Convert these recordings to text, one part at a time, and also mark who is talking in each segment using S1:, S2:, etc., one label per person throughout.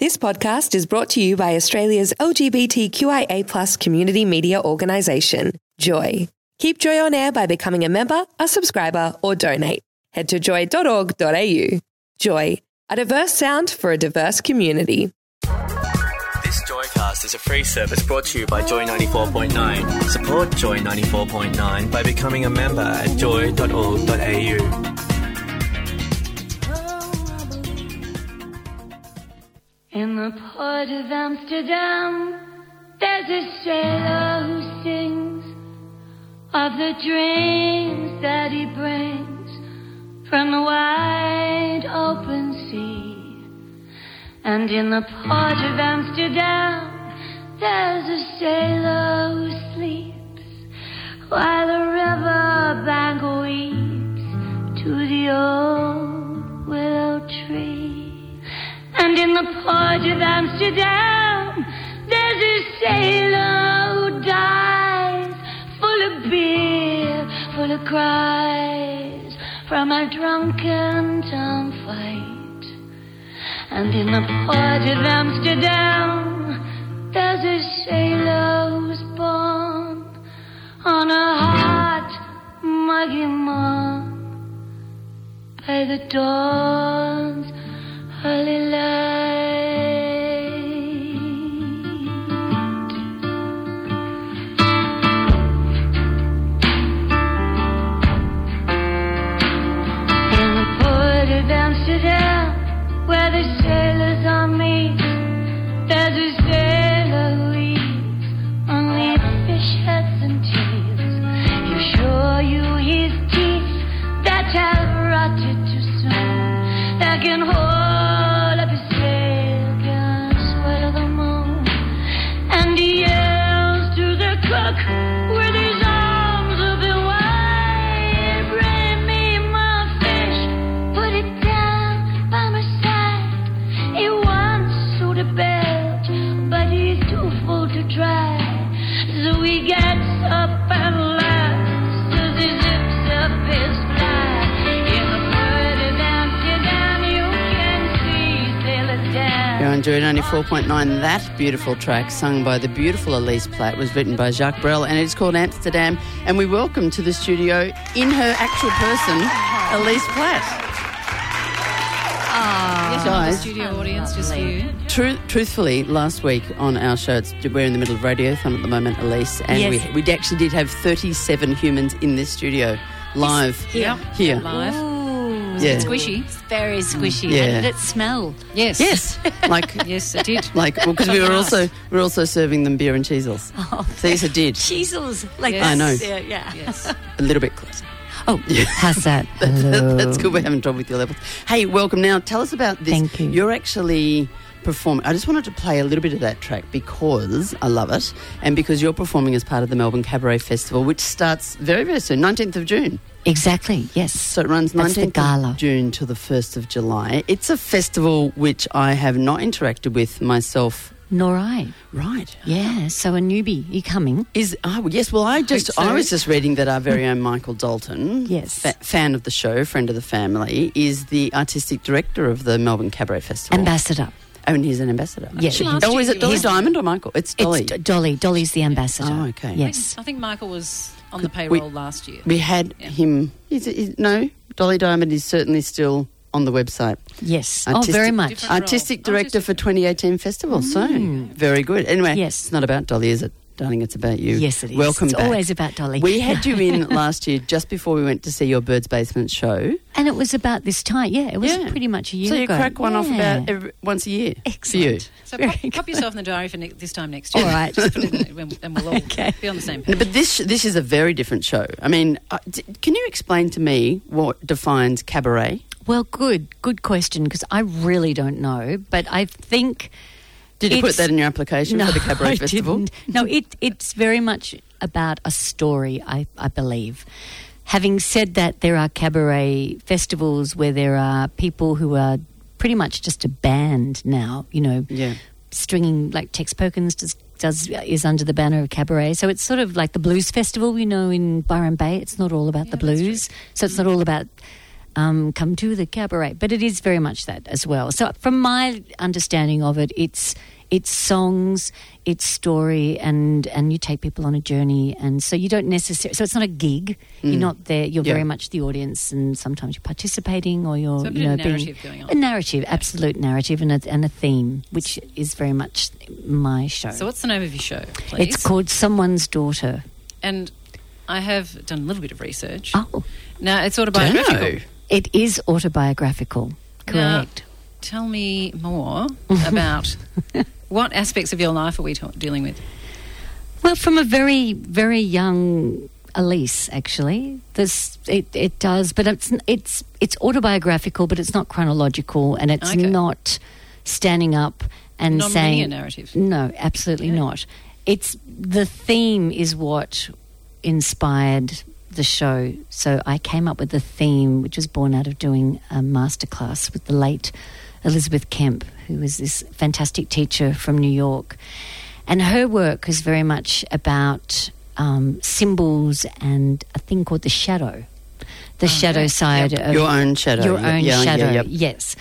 S1: This podcast is brought to you by Australia's LGBTQIA community media organisation, Joy. Keep Joy on air by becoming a member, a subscriber, or donate. Head to joy.org.au. Joy, a diverse sound for a diverse community.
S2: This Joycast is a free service brought to you by Joy 94.9. Support Joy 94.9 by becoming a member at joy.org.au.
S3: In the port of Amsterdam, there's a sailor who sings of the dreams that he brings from the wide open sea. And in the port of Amsterdam, there's a sailor who sleeps while the river bank weeps to the old willow tree. And in the port of Amsterdam, there's a sailor who dies, full of beer, full of cries, from a drunken tongue fight. And in the port of Amsterdam, there's a sailor who's born on a hot, muggy morn by the dawn's early light. In the port of Amsterdam, where the sailors all meet, there's a sailor who eats only fish heads and teeth. You show you his teeth that have rotted too soon, that can hold up his sail, can swallow the moon, and he yells to the cook. with his arms open wide, "Bring me my fish, put it down by my side. He wants to the belt, but he's too full to try. So he gets up and laughs as he zips up his fly. In the bird of Amsterdam, you can see sailors dance.
S4: You're on Joy 94.9. That beautiful track, sung by the beautiful Elise Platt, was written by Jacques Brel and it's called Amsterdam. And we welcome to the studio, in her actual person, Elise Platt.
S5: Ah.
S4: Guys,
S5: studio audience, just you.
S4: Tru- truthfully, last week on our show, it's, we're in the middle of Radiothon at the moment, Elise, and
S5: Yes.
S4: we, we actually did have 37 humans in this studio live.
S5: Here.
S4: Here.
S5: Live.
S4: Yeah.
S5: Squishy.
S6: very squishy.
S4: Yeah.
S6: How did it smell?
S5: Yes.
S4: Yes. Like,
S5: Yes, it did.
S4: like, because we were
S5: Something else.
S4: also we were also serving them beer and cheesels. Oh, These are did.
S6: Cheezels. Like
S5: Yes. I
S4: know.
S6: Yeah. yeah.
S5: Yes.
S4: A little bit closer.
S6: Oh, how's that? Oh.
S4: That's good. We're having trouble with your levels. Hey, welcome. Now, tell us about this.
S6: Thank you.
S4: You're actually performing. I just wanted to play a little bit of that track because I love it, and because you're performing as part of the Melbourne Cabaret Festival, which starts very very soon, 19th of June.
S6: exactly. Yes.
S4: So it runs
S6: That's the
S4: 19th
S6: gala.
S4: of June to the 1st of July. It's a festival which I have not interacted with myself.
S6: Nor I.
S4: Right.
S6: Yeah. So a newbie, you coming?
S4: Is oh yes, well I just
S5: so.
S4: I was just reading that our very own Michael Dalton,
S6: Yes.
S4: fa- fan of the show, friend of the family, is the artistic director of the Melbourne Cabaret Festival,
S6: Ambassador.
S4: Oh, and he's an ambassador.
S6: Yes.
S4: She-
S6: Last
S4: oh, is
S5: year
S4: it Dolly
S5: you-
S4: Diamond or Michael? It's Dolly.
S6: It's D- Dolly. Dolly's the ambassador.
S4: Oh, okay.
S6: Yes.
S5: I think Michael was on the
S4: we-
S5: payroll last year.
S4: we had him. Is it, is, no, Dolly Diamond is certainly still on the website.
S6: Yes. oh,
S4: Artistic-
S6: very much.
S5: Different role.
S4: Artistic director
S5: Artistic
S4: for 2018 festival. So very good. Anyway,
S6: Mm. Yes.
S4: it's not about Dolly, is it? Darling, it's about you.
S6: Yes, it is.
S4: Welcome
S6: It's
S4: back.
S6: always about Dolly.
S4: We had you in last year just before we went to see your Bird's Basement show.
S6: And it was about this time. Yeah. It was pretty much a year
S4: So you
S6: ago.
S4: crack one off
S6: Yeah.
S4: about every, once a year. for you.
S6: Excellent.
S5: So
S6: Very
S5: pop, pop
S6: good.
S5: yourself in the diary for ne- this time next year.
S6: All right.
S5: Just put it in there, and we'll all be on the same
S4: No,
S5: page.
S4: But this this is a very different show. I mean, uh, d- can you explain to me what defines cabaret?
S6: Well, good. Good question because I really don't know, but I think.
S4: Did you put
S6: It's-
S4: that in your application for the cabaret
S6: I
S4: festival?
S6: Didn't. No, it, it's very much about a story, I, I believe. Having said that, there are cabaret festivals where there are people who are pretty much just a band now, you know,
S4: Yeah.
S6: stringing like Tex Perkins does, does is under the banner of cabaret. So it's sort of like the blues festival, you know, in Byron Bay. It's not all about the blues, so it's not all about um, come to the cabaret. But it is very much that as well. So, from my understanding of it, it's it's songs, it's story, and and you take people on a journey, and so you don't necessarily. So it's not a gig.
S5: Mm.
S6: You're not there. You're
S4: Yeah.
S6: very much the audience, and sometimes you're participating, or you're
S5: So a bit
S6: you know
S5: of
S6: being
S5: narrative going on.
S6: a narrative, absolute narrative, and a, and a theme, which is very much my show.
S5: So what's the name of your show, please?
S6: it's called Someone's Daughter.
S5: And I have done a little bit of research.
S6: Oh,
S5: Now it's autobiographical.
S6: it is autobiographical.
S5: Now,
S6: Correct.
S5: tell me more about what aspects of your life are we ta- dealing with?
S6: Well, from a very, very young Elise, actually, this it, it does, but it's it's it's autobiographical, but it's not chronological, and it's
S5: Okay.
S6: not standing up and
S5: Non-linear
S6: saying
S5: narrative.
S6: No, absolutely not. It's the theme is what inspired the show. So I came up with the theme, which was born out of doing a masterclass with the late Elizabeth Kemp, who was this fantastic teacher from New York. And her work is very much about um, symbols and a thing called the shadow, the shadow side of
S4: Your own shadow.
S6: your
S4: Yeah,
S6: own
S4: yeah, yeah,
S6: shadow.
S4: yep.
S6: Yes.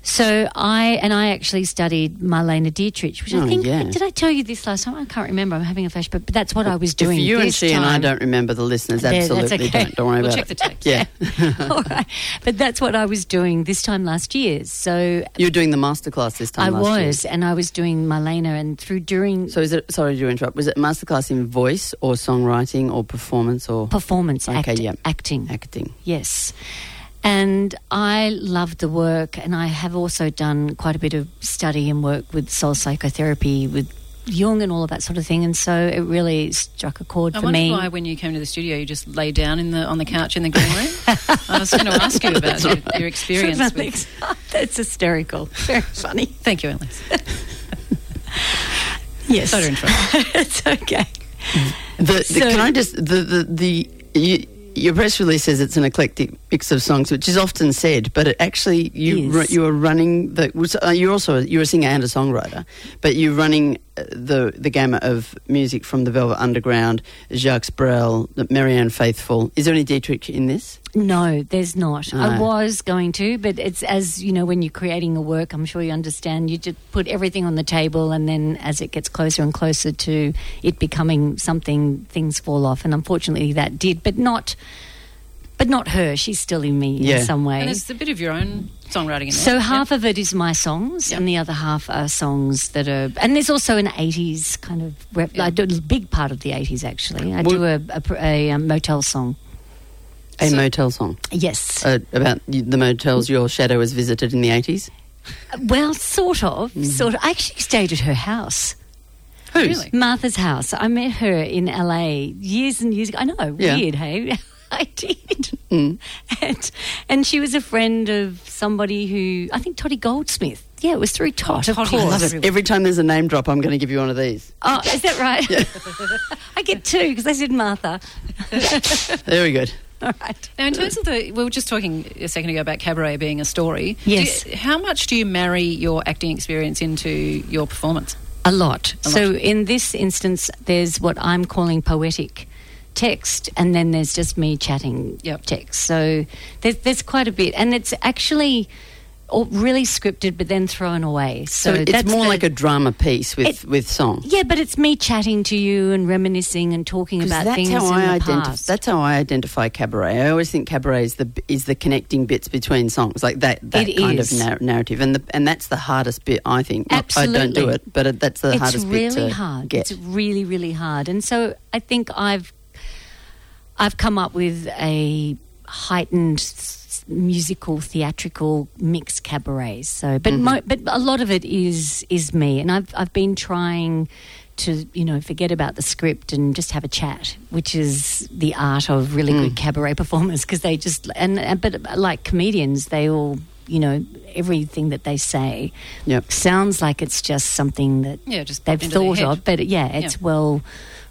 S6: So I and I actually studied Marlena Dietrich, which
S4: Oh,
S6: I think
S4: yeah.
S6: did I tell you this last time? I can't remember. I'm having a flashback, but that's what I was doing.
S4: If you and
S6: this
S4: she and I
S6: time.
S4: don't remember the listeners,
S6: There, that's
S4: absolutely
S6: okay.
S4: don't. Don't worry
S5: We'll
S4: about
S5: check the
S4: it.
S5: tapes.
S4: Yeah.
S6: All right. But that's what I was doing this time last year. So
S4: You were doing the masterclass this
S6: I
S4: time last year.
S6: was, and I was doing Marlena, and through during
S4: So is it, sorry to interrupt, was it masterclass in voice or songwriting or performance or
S6: performance
S4: Okay,
S6: act-
S4: yeah.
S6: acting,
S4: acting?
S6: Yes. And I love the work, and I have also done quite a bit of study and work with soul psychotherapy, with Jung and all of that sort of thing. And so it really struck a chord
S5: I
S6: for
S5: wonder
S6: me.
S5: why when you came to the studio you just lay down in the on the couch in the green room. I was going to ask you about your, your experience. With,
S6: That's hysterical. Very funny.
S5: thank you, Alice.
S6: Yes.
S5: Sorry to interrupt.
S6: it's okay.
S4: The, the,
S6: So-
S4: can I just the the, the you, your press release says it's an eclectic mix of songs, which is often said, but it actually you
S6: Is.
S4: ru- you are running the was- uh, you're also you're a singer and a songwriter, but you're running uh, the the gamut of music from the Velvet Underground, Jacques Brel, the Marianne Faithful. Is there any Dietrich in this?
S6: No, there's not. I
S4: No.
S6: was going to, but it's as you know, when you're creating a work, I'm sure you understand, you just put everything on the table, and then as it gets closer and closer to it becoming something, things fall off. And unfortunately, that did, but not. But not her. She's still in me
S4: Yeah.
S6: in some way.
S5: And it's a bit of your own songwriting in there.
S6: So
S5: Yeah.
S6: half of it is my songs, and the other half are songs that are. And there's also an '80s kind of. Rep, I do a big part of the '80s actually. I
S4: Well-
S6: do a, a, pr- a, um motel song.
S4: A motel song
S6: Yes.
S4: uh, about y- the motels your shadow has visited in the eighties.
S6: Well, sort of, sort of. I actually stayed at her house,
S4: Who's?
S5: Really?
S6: Martha's house. I met her in LA years and years ago. I know,
S4: Yeah.
S6: weird, hey? I did. And, and she was a friend of somebody who, I think Toddy Goldsmith. Yeah, it was through Todd, of
S5: Toddy
S6: course.
S5: loves
S4: Love it. Every time there's a name drop, I'm going to give you one of these.
S6: Oh, is that right? I get two because I said Martha.
S4: Very good.
S6: All right.
S5: Now, in terms of the, we were just talking a second ago about cabaret being a story. Do
S6: Yes.
S5: you- how much do you marry your acting experience into your performance?
S6: A lot. So in this instance, there's what I'm calling poetic text, and then there's just me chatting
S5: Yep.
S6: text. So there's, there's quite a bit, and it's actually all really scripted, but then thrown away.
S4: So,
S6: So,
S4: it's
S6: that's
S4: more
S6: the-
S4: like a drama piece with
S6: It-
S4: with song.
S6: yeah, but it's me chatting to you and reminiscing and talking
S4: 'Cause
S6: about
S4: that's
S6: things
S4: how
S6: in
S4: I
S6: the
S4: identify.
S6: past.
S4: That's how I identify cabaret. I always think cabaret is the b- is the connecting bits between songs, like that that
S6: It
S4: kind
S6: is.
S4: of nar- narrative, and the, and that's the hardest bit. I think. Not- I don't do
S6: Absolutely.
S4: it, but it, that's the
S6: it's
S4: hardest
S6: really
S4: bit to
S6: hard.
S4: get.
S6: It's really, really hard. And so I think I've I've come up with a heightened s- musical, theatrical mix cabaret. So,
S4: Mm-hmm.
S6: but mo- but a lot of it is is me, and I've I've been trying to you know forget about the script and just have a chat, which is the art of really
S4: Mm.
S6: good cabaret performers because they just and, and but like comedians, they all you know everything that they say
S4: Yep.
S6: sounds like it's just something that
S5: Yeah, just
S6: they've
S5: into their
S6: thought
S5: head.
S6: of, but yeah, it's well.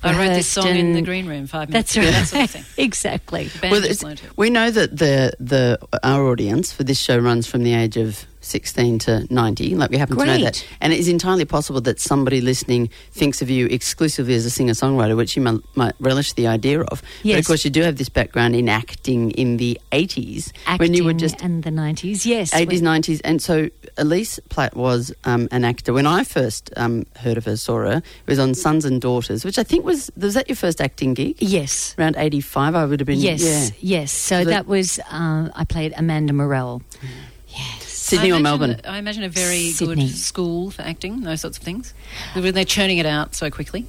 S5: I wrote this
S6: rehearsed
S5: song in
S6: and-
S5: the green room five minutes
S6: That's
S5: ago.
S6: right.
S5: That sort of thing.
S6: exactly.
S5: The band
S4: Well,
S5: just
S4: it's-
S5: learned it.
S4: we know that the the our audience for this show runs from the age of 16 to 90, like we happen to know that.
S6: Great.
S4: And it is entirely possible that somebody listening thinks of you exclusively as a singer songwriter, which you might, might relish the idea of. But of
S6: Yes.
S4: course, you do have this background in acting in the 80s
S6: Acting
S4: when you were just
S6: and the nineties, yes, when-
S4: 80s, 90s. And so Elise Platt was um, an actor. When I first um, heard of her, saw her, it was on Sons and Daughters, which I think was, was that your first acting gig?
S6: yes,
S4: Around 85, I would have been.
S6: yes,
S4: Yeah.
S6: yes. So
S4: So-
S6: that was uh, I played Amanda Morell.
S4: Sydney
S5: I
S4: or
S5: imagine
S4: Melbourne?
S5: a- I imagine a very
S6: Sydney.
S5: good school for acting, those sorts of things. They're they're churning it out so quickly.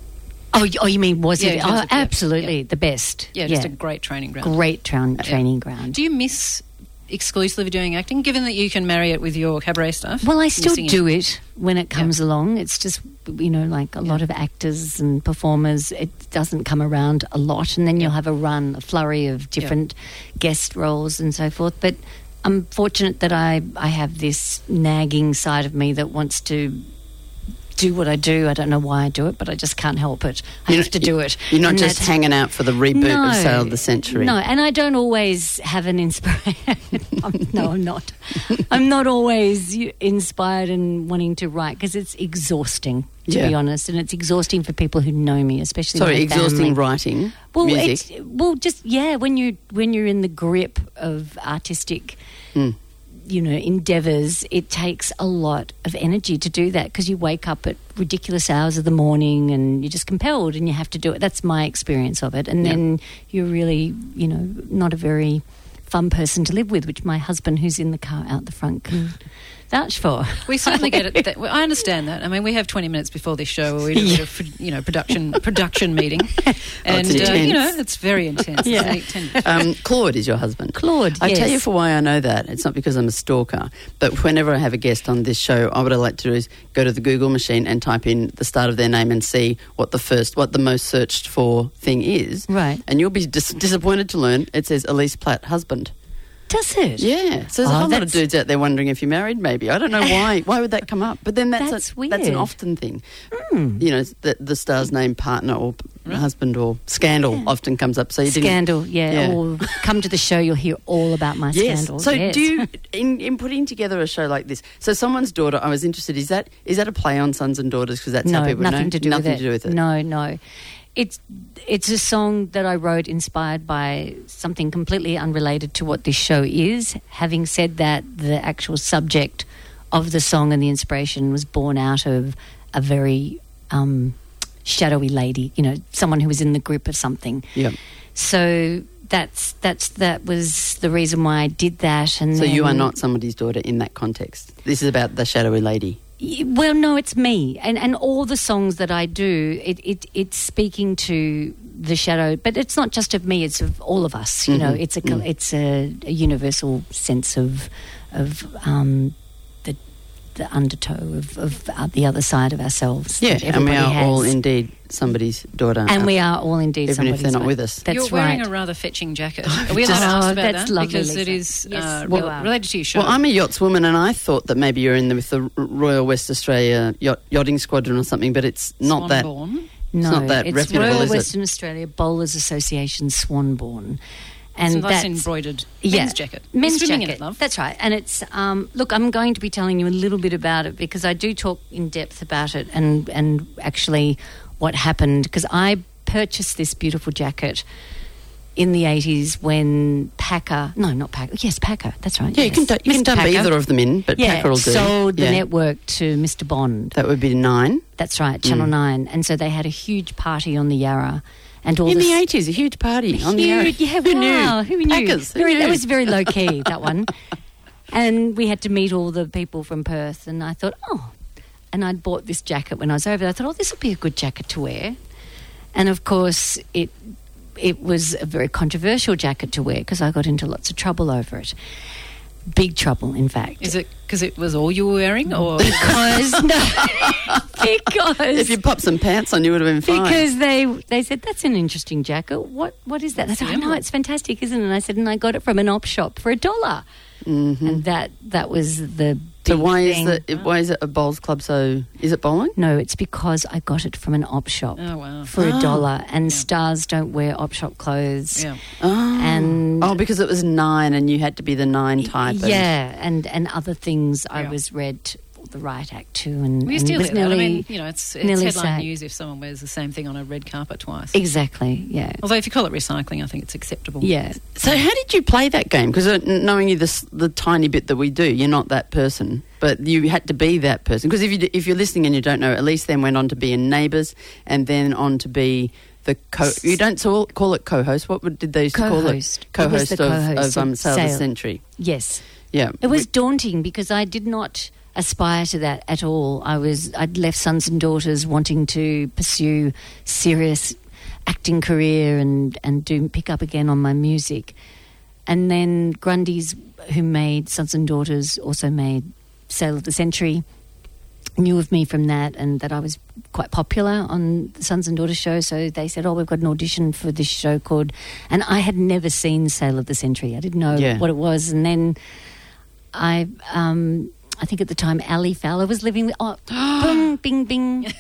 S6: Oh, y- oh, you mean was
S5: Yeah, in
S6: it?
S5: terms
S6: Oh,
S5: of- yeah,
S6: absolutely, the best.
S5: Yeah, just a great training ground.
S6: great tra- training ground.
S5: Do you miss exclusively doing acting, given that you can marry it with your cabaret stuff?
S6: Well, I
S5: and
S6: still
S5: singing?
S6: do it when it comes along. It's just, you know, like a lot of actors and performers, it doesn't come around a lot. And then you'll have a run, a flurry of different guest roles and so forth. But I'm fortunate that I, I have this nagging side of me that wants to do what I do. I don't know why I do it, but I just can't help it. I
S4: You're
S6: have to
S4: not-
S6: do it.
S4: You're not
S6: And
S4: just
S6: that's-
S4: hanging out for the reboot of Sale of the Century.
S6: No, and I don't always have an inspiration. no, I'm not. I'm not always y- inspired and wanting to write because it's exhausting, to be
S4: Yeah.
S6: honest, and it's exhausting for people who know me, especially.
S4: Sorry,
S6: my
S4: exhausting
S6: family.
S4: writing.
S6: Well,
S4: music.
S6: It's, well, just yeah, when you when you're in the grip of artistic,
S4: Mm.
S6: you know, endeavors, it takes a lot of energy to do that because you wake up at ridiculous hours of the morning and you're just compelled and you have to do it. That's my experience of it, and then you're really, you know, not a very fun person to live with, which my husband, who's in the car out the front, can vouch for.
S5: Mm. We certainly get it. That, well, I understand that. I mean, we have 20 minutes before this show where we do a bit of, you know, production production meeting. And, uh,
S4: intense.
S5: you know, it's very intense. It's
S6: Oh, Yeah.
S5: like 10
S4: um, Claude is your husband.
S6: Claude,
S4: I tell
S6: yes.
S4: you for why I know that. It's not because I'm a stalker, but whenever I have a guest on this show, I would like to do is go to the Google machine and type in the start of their name and see what the first, what the most searched for thing is.
S6: Right.
S4: And you'll be dis- disappointed to learn it says Elise Platt husband.
S6: Does it?
S4: Yeah. So there's
S6: Oh,
S4: a whole lot of
S6: that's-
S4: dudes out there wondering if you're married, maybe. I don't know why. why would that come up? But then that's,
S6: That's
S4: a, That's an
S6: weird. Hmm.
S4: often thing. You know, the, the star's name, partner, or p- husband, or scandal often comes up. So you didn't-
S6: Scandal, yeah.
S4: Yeah.
S6: Or come to the show, you'll hear all about my
S4: Yes.
S6: scandal.
S4: So
S6: yes.
S4: do you in, in putting together a show like this? So someone's daughter. I was interested. Is that is that a play on sons and daughters? Because that's how people
S6: nothing
S4: know
S6: to do
S4: nothing
S6: with it.
S4: to do with it.
S6: No, no. It's it's a song that I wrote inspired by something completely unrelated to what this show is. Having said that, the actual subject of the song and the inspiration was born out of a very um, shadowy lady, you know, someone who was in the grip of something.
S4: Yeah.
S6: So that's that's that was the reason why I did that. And
S4: So you are
S6: then-
S4: not somebody's daughter in that context. This is about the shadowy lady.
S6: Y- Well, no, it's me, and and all the songs that I do, it, it it's speaking to the shadow, but it's not just of me; it's of all of us. You
S4: Mm-hmm.
S6: know, it's a
S4: Mm.
S6: col- it's a, a universal sense of of um, the the undertow of, of uh, the other side of ourselves. that
S4: and we
S6: everybody
S4: are
S6: has.
S4: all indeed somebody's daughter.
S6: and
S4: Uh,
S6: we are all indeed
S4: even if
S6: somebody's
S4: they're not
S6: one.
S4: with us.
S6: That's
S5: You're
S6: right.
S5: wearing a rather fetching jacket. Are we allowed
S6: just-
S5: to
S6: Oh,
S5: ask about
S6: that's
S5: that?
S6: lovely,
S5: because it
S6: Lisa.
S5: is
S6: Yes,
S5: uh,
S6: you
S5: rel-
S6: are.
S5: related to your show.
S4: Well, I'm a yachtswoman, and I thought that maybe you're in the, with the R- Royal West Australia yacht, yachting squadron or something, but it's not that.
S5: Swanbourne.
S6: No,
S4: not that
S6: it's
S4: reputable,
S6: Royal
S4: is it?
S6: Western Australia Bowlers Association Swanbourne, and
S5: So that's
S6: that's
S5: embroidered
S6: Yeah.
S5: men's jacket. You're
S6: Men's
S5: swimming
S6: jacket.
S5: In it, love.
S6: That's right. And it's um, look, I'm going to be telling you a little bit about it because I do talk in depth about it and and actually what happened because I purchased this beautiful jacket in the 80s when Packer no not Packer yes Packer that's right
S4: Yeah, you can du-
S6: yes.
S4: you can
S6: Mr.
S4: dump
S6: Packer.
S4: either of them in, but
S6: yeah,
S4: Packer will do.
S6: sold the
S4: Yeah.
S6: network to Mr Bond
S4: That Mm. would be nine.
S6: that's right Channel 9 and so they had a huge party on the Yarra and all
S4: In
S6: the
S4: the eighties, a huge party on the
S6: Huge, yeah,
S4: Who
S6: wow,
S4: knew?
S6: Who knew?
S4: Packers, who
S6: Very-
S4: knew?
S6: That was very low key, that one. And we had to meet all the people from Perth, and I thought, oh, and I'd bought this jacket when I was over there. I thought, oh, this would be a good jacket to wear. And of course, it it was a very controversial jacket to wear because I got into lots of trouble over it. Big trouble, in fact.
S5: Is it because it was all you were wearing, or
S6: because no, because
S4: If you popped some pants on, you would have been fine.
S6: because they they said that's an interesting jacket. What what is that? They said, I know it's
S5: Mm-hmm.
S6: fantastic, isn't it? And I said, and I got it from an op shop for a dollar, and that that was the
S4: So why is
S6: thing.
S4: the why is it a bowls club so? Is it bowling?
S6: No, it's because I got it from an op shop
S5: Oh, wow.
S6: for a dollar, and stars don't wear op shop clothes.
S5: Yeah.
S4: Oh.
S6: And
S4: Oh, because it was nine, and you had to be the nine type. and-
S6: yeah, and and other things I
S5: Yeah.
S6: was read the right act to, and,
S5: We
S6: and
S5: still
S6: was
S5: hear that. I
S6: nearly
S5: mean, you know, it's, it's
S6: nearly
S5: headline
S6: sacked.
S5: news if someone wears the same thing on a red carpet twice.
S6: exactly yeah
S5: Although if you call it recycling, I think it's acceptable.
S6: yeah.
S4: So how did you play that game? Because knowing you, this the tiny bit that we do, you're not that person, but you had to be that person. Because if you d- if you're listening and you don't know, Elise then went on to be in Neighbours, and then on to be the co. You don't so- call it co-host. What would, did they used to call it?
S6: Co-host. It was the
S4: of,
S6: co-host
S4: of um,
S6: of
S4: Sale of the
S6: Sale.
S4: Century.
S6: Yes.
S4: Yeah,
S6: It was
S4: Wh-
S6: daunting because I did not aspire to that at all. I was I'd left sons and daughters wanting to pursue serious acting career and and do pick up again on my music. And then Grundy's who made Sons and Daughters also made Sale of the Century knew of me from that and that I was quite popular on the Sons and Daughters show. So they said, Oh, we've got an audition for this show called. And I had never seen Sale of the Century. I didn't know
S4: Yeah.
S6: what it was. And then I. Um, I think at the time Ali Fowler was living with. Oh, bing, bing, bing.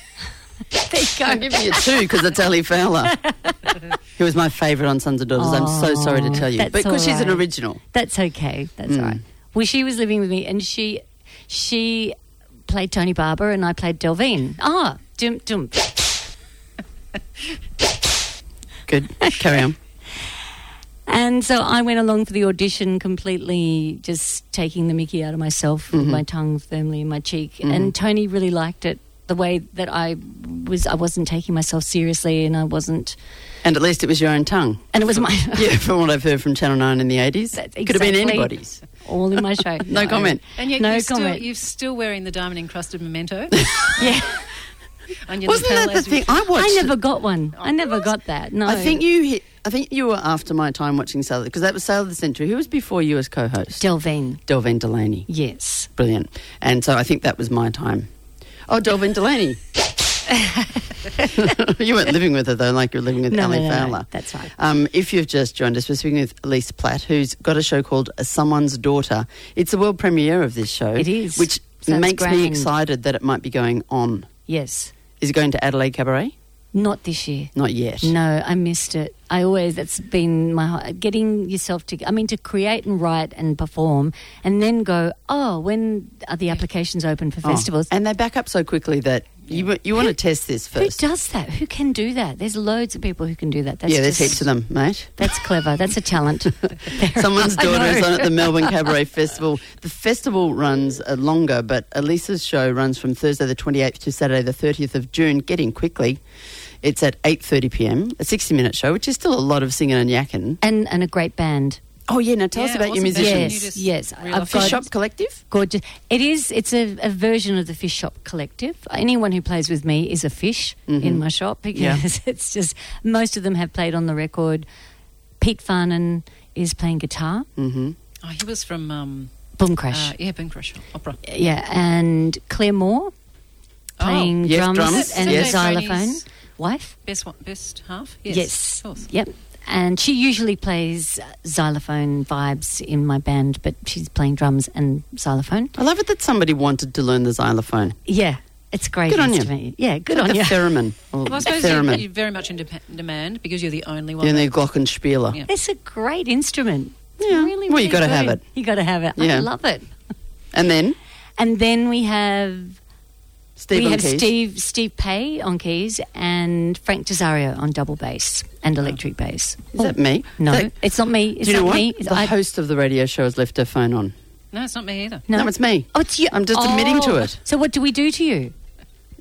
S4: I'll give you two because it's Ellie Fowler, who was my favourite on Sons and Daughters. I'm so sorry to tell you,
S6: that's
S4: Oh, but because she's an
S6: all right.
S4: original. Hmm.
S6: That's okay. That's all right. Well, she was living with me, and she she played Tony Barber, and I played Delvine. Ah, dum dum.
S4: Good, carry on.
S6: And so I went along for the audition completely just taking the mickey out of myself,
S4: Mm-hmm.
S6: with my tongue firmly in my cheek. And Tony really liked it the way that I was I wasn't taking myself seriously and I wasn't
S4: And at least it was your own tongue.
S6: and it was my
S4: Yeah, from what I've heard from Channel 9 in the 80s.
S6: Exactly.
S4: Could have been anybody's.
S6: all in my show.
S4: No comment.
S5: And yet
S6: no
S5: you're,
S6: comment.
S5: Still, you're still wearing the diamond encrusted memento.
S6: yeah.
S5: on your
S4: Wasn't
S5: lapel
S4: that the
S5: as we-
S4: thing? I watched.
S6: I never got one. I
S5: Oh.
S6: never got that. No.
S4: I think you hit. I think you were after my time watching Sailor because that was Sailor of the Century. Who was before you as co-host?
S6: Delvine.
S4: Delvin Delaney.
S6: Yes.
S4: Brilliant. And so I think that was my time. Oh, Delvin Delaney. you weren't living with her though, like you're living with
S6: No,
S4: Ellie
S6: no, no, no.
S4: Fowler.
S6: That's right.
S4: Um, if you've just joined us, we're speaking with Elise Platt, who's got a show called Someone's Daughter. It's the world premiere of this show.
S6: It is.
S4: which
S6: Sounds
S4: makes me
S6: grand.
S4: excited that it might be going on.
S6: Yes.
S4: Is it going to Adelaide Cabaret?
S6: Not this year.
S4: Not yet.
S6: No, I missed it. I always that's been my hi- getting yourself to. I mean, to create and write and perform, and then go. Oh, when are the applications open for
S4: Oh,
S6: festivals?
S4: and they back up so quickly that you wa- you want to test this
S6: who
S4: first.
S6: does that? Who can do that? There's loads of people who can do that. That's
S4: yeah, there's
S6: just-
S4: heaps of them, mate.
S6: That's clever. That's a talent.
S4: Someone's
S6: I know.
S4: daughter is on at the Melbourne Cabaret Festival. The festival runs uh, longer, but Elisa's show runs from Thursday the 28th to Saturday the 30th of June. Getting quickly, it's at 8:30 p.m. A 60-minute show, which is still a lot of singing and yakking.
S6: and and a great band.
S4: Oh yeah, now tell us
S5: Yeah,
S4: about your
S5: wasn't there some
S4: musicians.
S5: you
S6: Yes,
S5: just
S6: yes.
S5: reel
S6: I've
S5: off
S6: got-
S4: Fish Shop Collective.
S6: Gorgeous. It is. It's a, a version of the fish shop collective. Anyone who plays with me is a fish
S4: Mm-hmm.
S6: in my shop because it's just most of them have played on the record. Pete Farnan is playing guitar.
S4: Mm.
S5: Oh, he was from um,
S6: Boom
S5: uh,
S6: Crash.
S5: yeah, Bing Crush Opera.
S6: yeah, and Claire Moore playing
S4: Oh, yes,
S6: drums,
S4: drums,
S6: and
S4: yes.
S6: xylophone.
S5: Tony's-
S6: Wife.
S5: Oh, Best one, best half. Yes.
S6: Yes.
S5: Of course.
S6: Yep. And she usually plays uh, xylophone vibes in my band, but she's playing drums and xylophone.
S4: I love it that somebody wanted to learn the xylophone.
S6: Yeah, it's a great
S4: Good on you.
S6: instrument. Yeah, good
S4: It's like
S6: on
S4: a
S6: you.
S4: theremin. or
S5: Well, I suppose you're,
S4: theremin.
S5: you're very much in de- demand because you're the only one.
S4: You're the
S5: that-
S4: Glockenspieler.
S5: Yeah.
S6: It's a great instrument. It's
S4: Yeah.
S6: Really,
S4: Well, you
S6: really
S4: gotta have
S6: good.
S4: it.
S6: You got to have it.
S4: Yeah.
S6: I love it.
S4: And then
S6: And then we have
S4: Stephen
S6: we have
S4: Keys.
S6: Steve Steve Pay on keys and Frank Desario on double bass and electric bass.
S4: Oh. Is that me?
S6: No,
S4: That-
S6: it's not me. It's
S4: Do you know
S6: not
S4: what?
S6: me.
S4: The
S6: I-
S4: host of the radio show has left her phone on.
S5: No, it's not me either.
S4: No, it's me.
S6: Oh, it's you.
S4: I'm just admitting to
S6: Oh.
S4: it.
S6: So what do we do to you?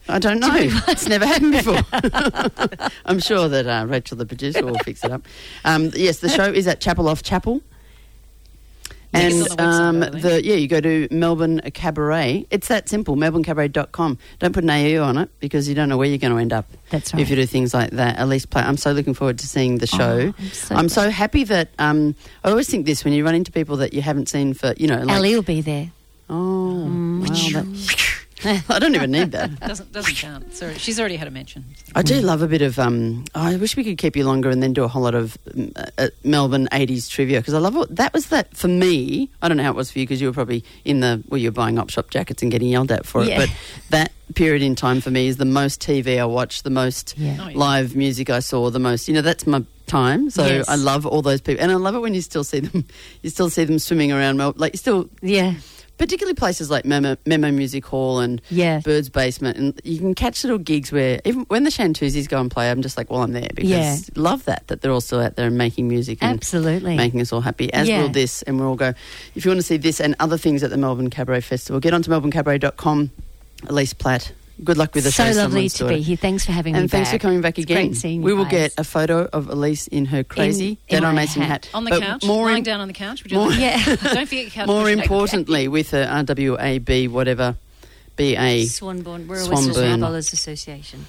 S4: I don't know. it's never happened before. I'm sure that uh, Rachel, the producer, will fix it up. Um, yes, the show is at Chapel Off Chapel.
S5: Yes.
S4: And
S5: It's on the website,
S4: um,
S5: by the way.
S4: the yeah, you go to Melbourne Cabaret. It's that simple. MelbourneCabaret.com. Don't put an AU on it because you don't know where you're going to end up.
S6: That's
S4: If
S6: right.
S4: you do things like that, at least play. I'm so looking forward to seeing the show.
S5: Oh,
S6: I'm so
S4: I'm so happy that um, I always think this when you run into people that you haven't seen for you know. Like,
S6: Ali will be there.
S4: Oh, wow, that-
S5: Mm.
S4: I don't even need that.
S5: Doesn't doesn't count. Sorry, she's already had a mention.
S4: I do love a bit of. Um, oh, I wish we could keep you longer and then do a whole lot of um, uh, uh, Melbourne eighties trivia because I love what that was. That for me, I don't know how it was for you because you were probably in the well, you were buying op shop jackets and getting yelled at for it.
S6: Yeah.
S4: But that period in time for me is the most TV I watched, the most
S6: Yeah.
S5: Oh, yeah.
S4: live music I saw, the most. You know, that's my time. So
S6: Yes.
S4: I love all those people, and I love it when you still see them. You still see them swimming around Melbourne, like you still
S6: Yeah.
S4: particularly places like Memo, Memo Music Hall and
S6: Yeah.
S4: Bird's Basement, and you can catch little gigs where even when the Shantuzies go and play, I'm just like, well, I'm there because
S6: Yeah.
S4: love that that they're all still out there and making music, and
S6: Absolutely.
S4: making us all happy. As
S6: Yeah.
S4: will this, and we'll all go. If you want to see this and other things at the Melbourne Cabaret Festival, get onto melbournecabaret.com. Elise Platt, good luck with the
S6: so
S4: show.
S6: lovely
S4: someone's
S6: to
S4: daughter.
S6: be here. Thanks for having me
S4: And thanks
S6: back.
S4: for coming back
S6: It's
S4: again.
S6: Great seeing you
S4: we will
S6: guys.
S4: get a photo of Elise in her crazy
S6: in
S4: Dead
S6: my
S4: on Mason
S6: hat.
S4: hat.
S5: On the
S4: But
S5: couch,
S4: more
S5: lying
S4: im-
S5: down on the couch. Would you
S4: more-
S5: like-
S6: Yeah.
S5: Don't forget your couch.
S4: More
S5: Okay.
S4: importantly, with her RWAB, whatever, BA
S6: Swanbourne, Rural
S4: Swanbourne.
S6: Swanbourne. Bowlers Association.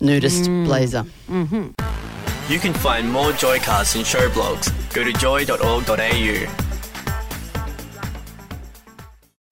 S4: nudist blazer.
S2: You can find more Joycasts and show blogs. Go to joy.org.au.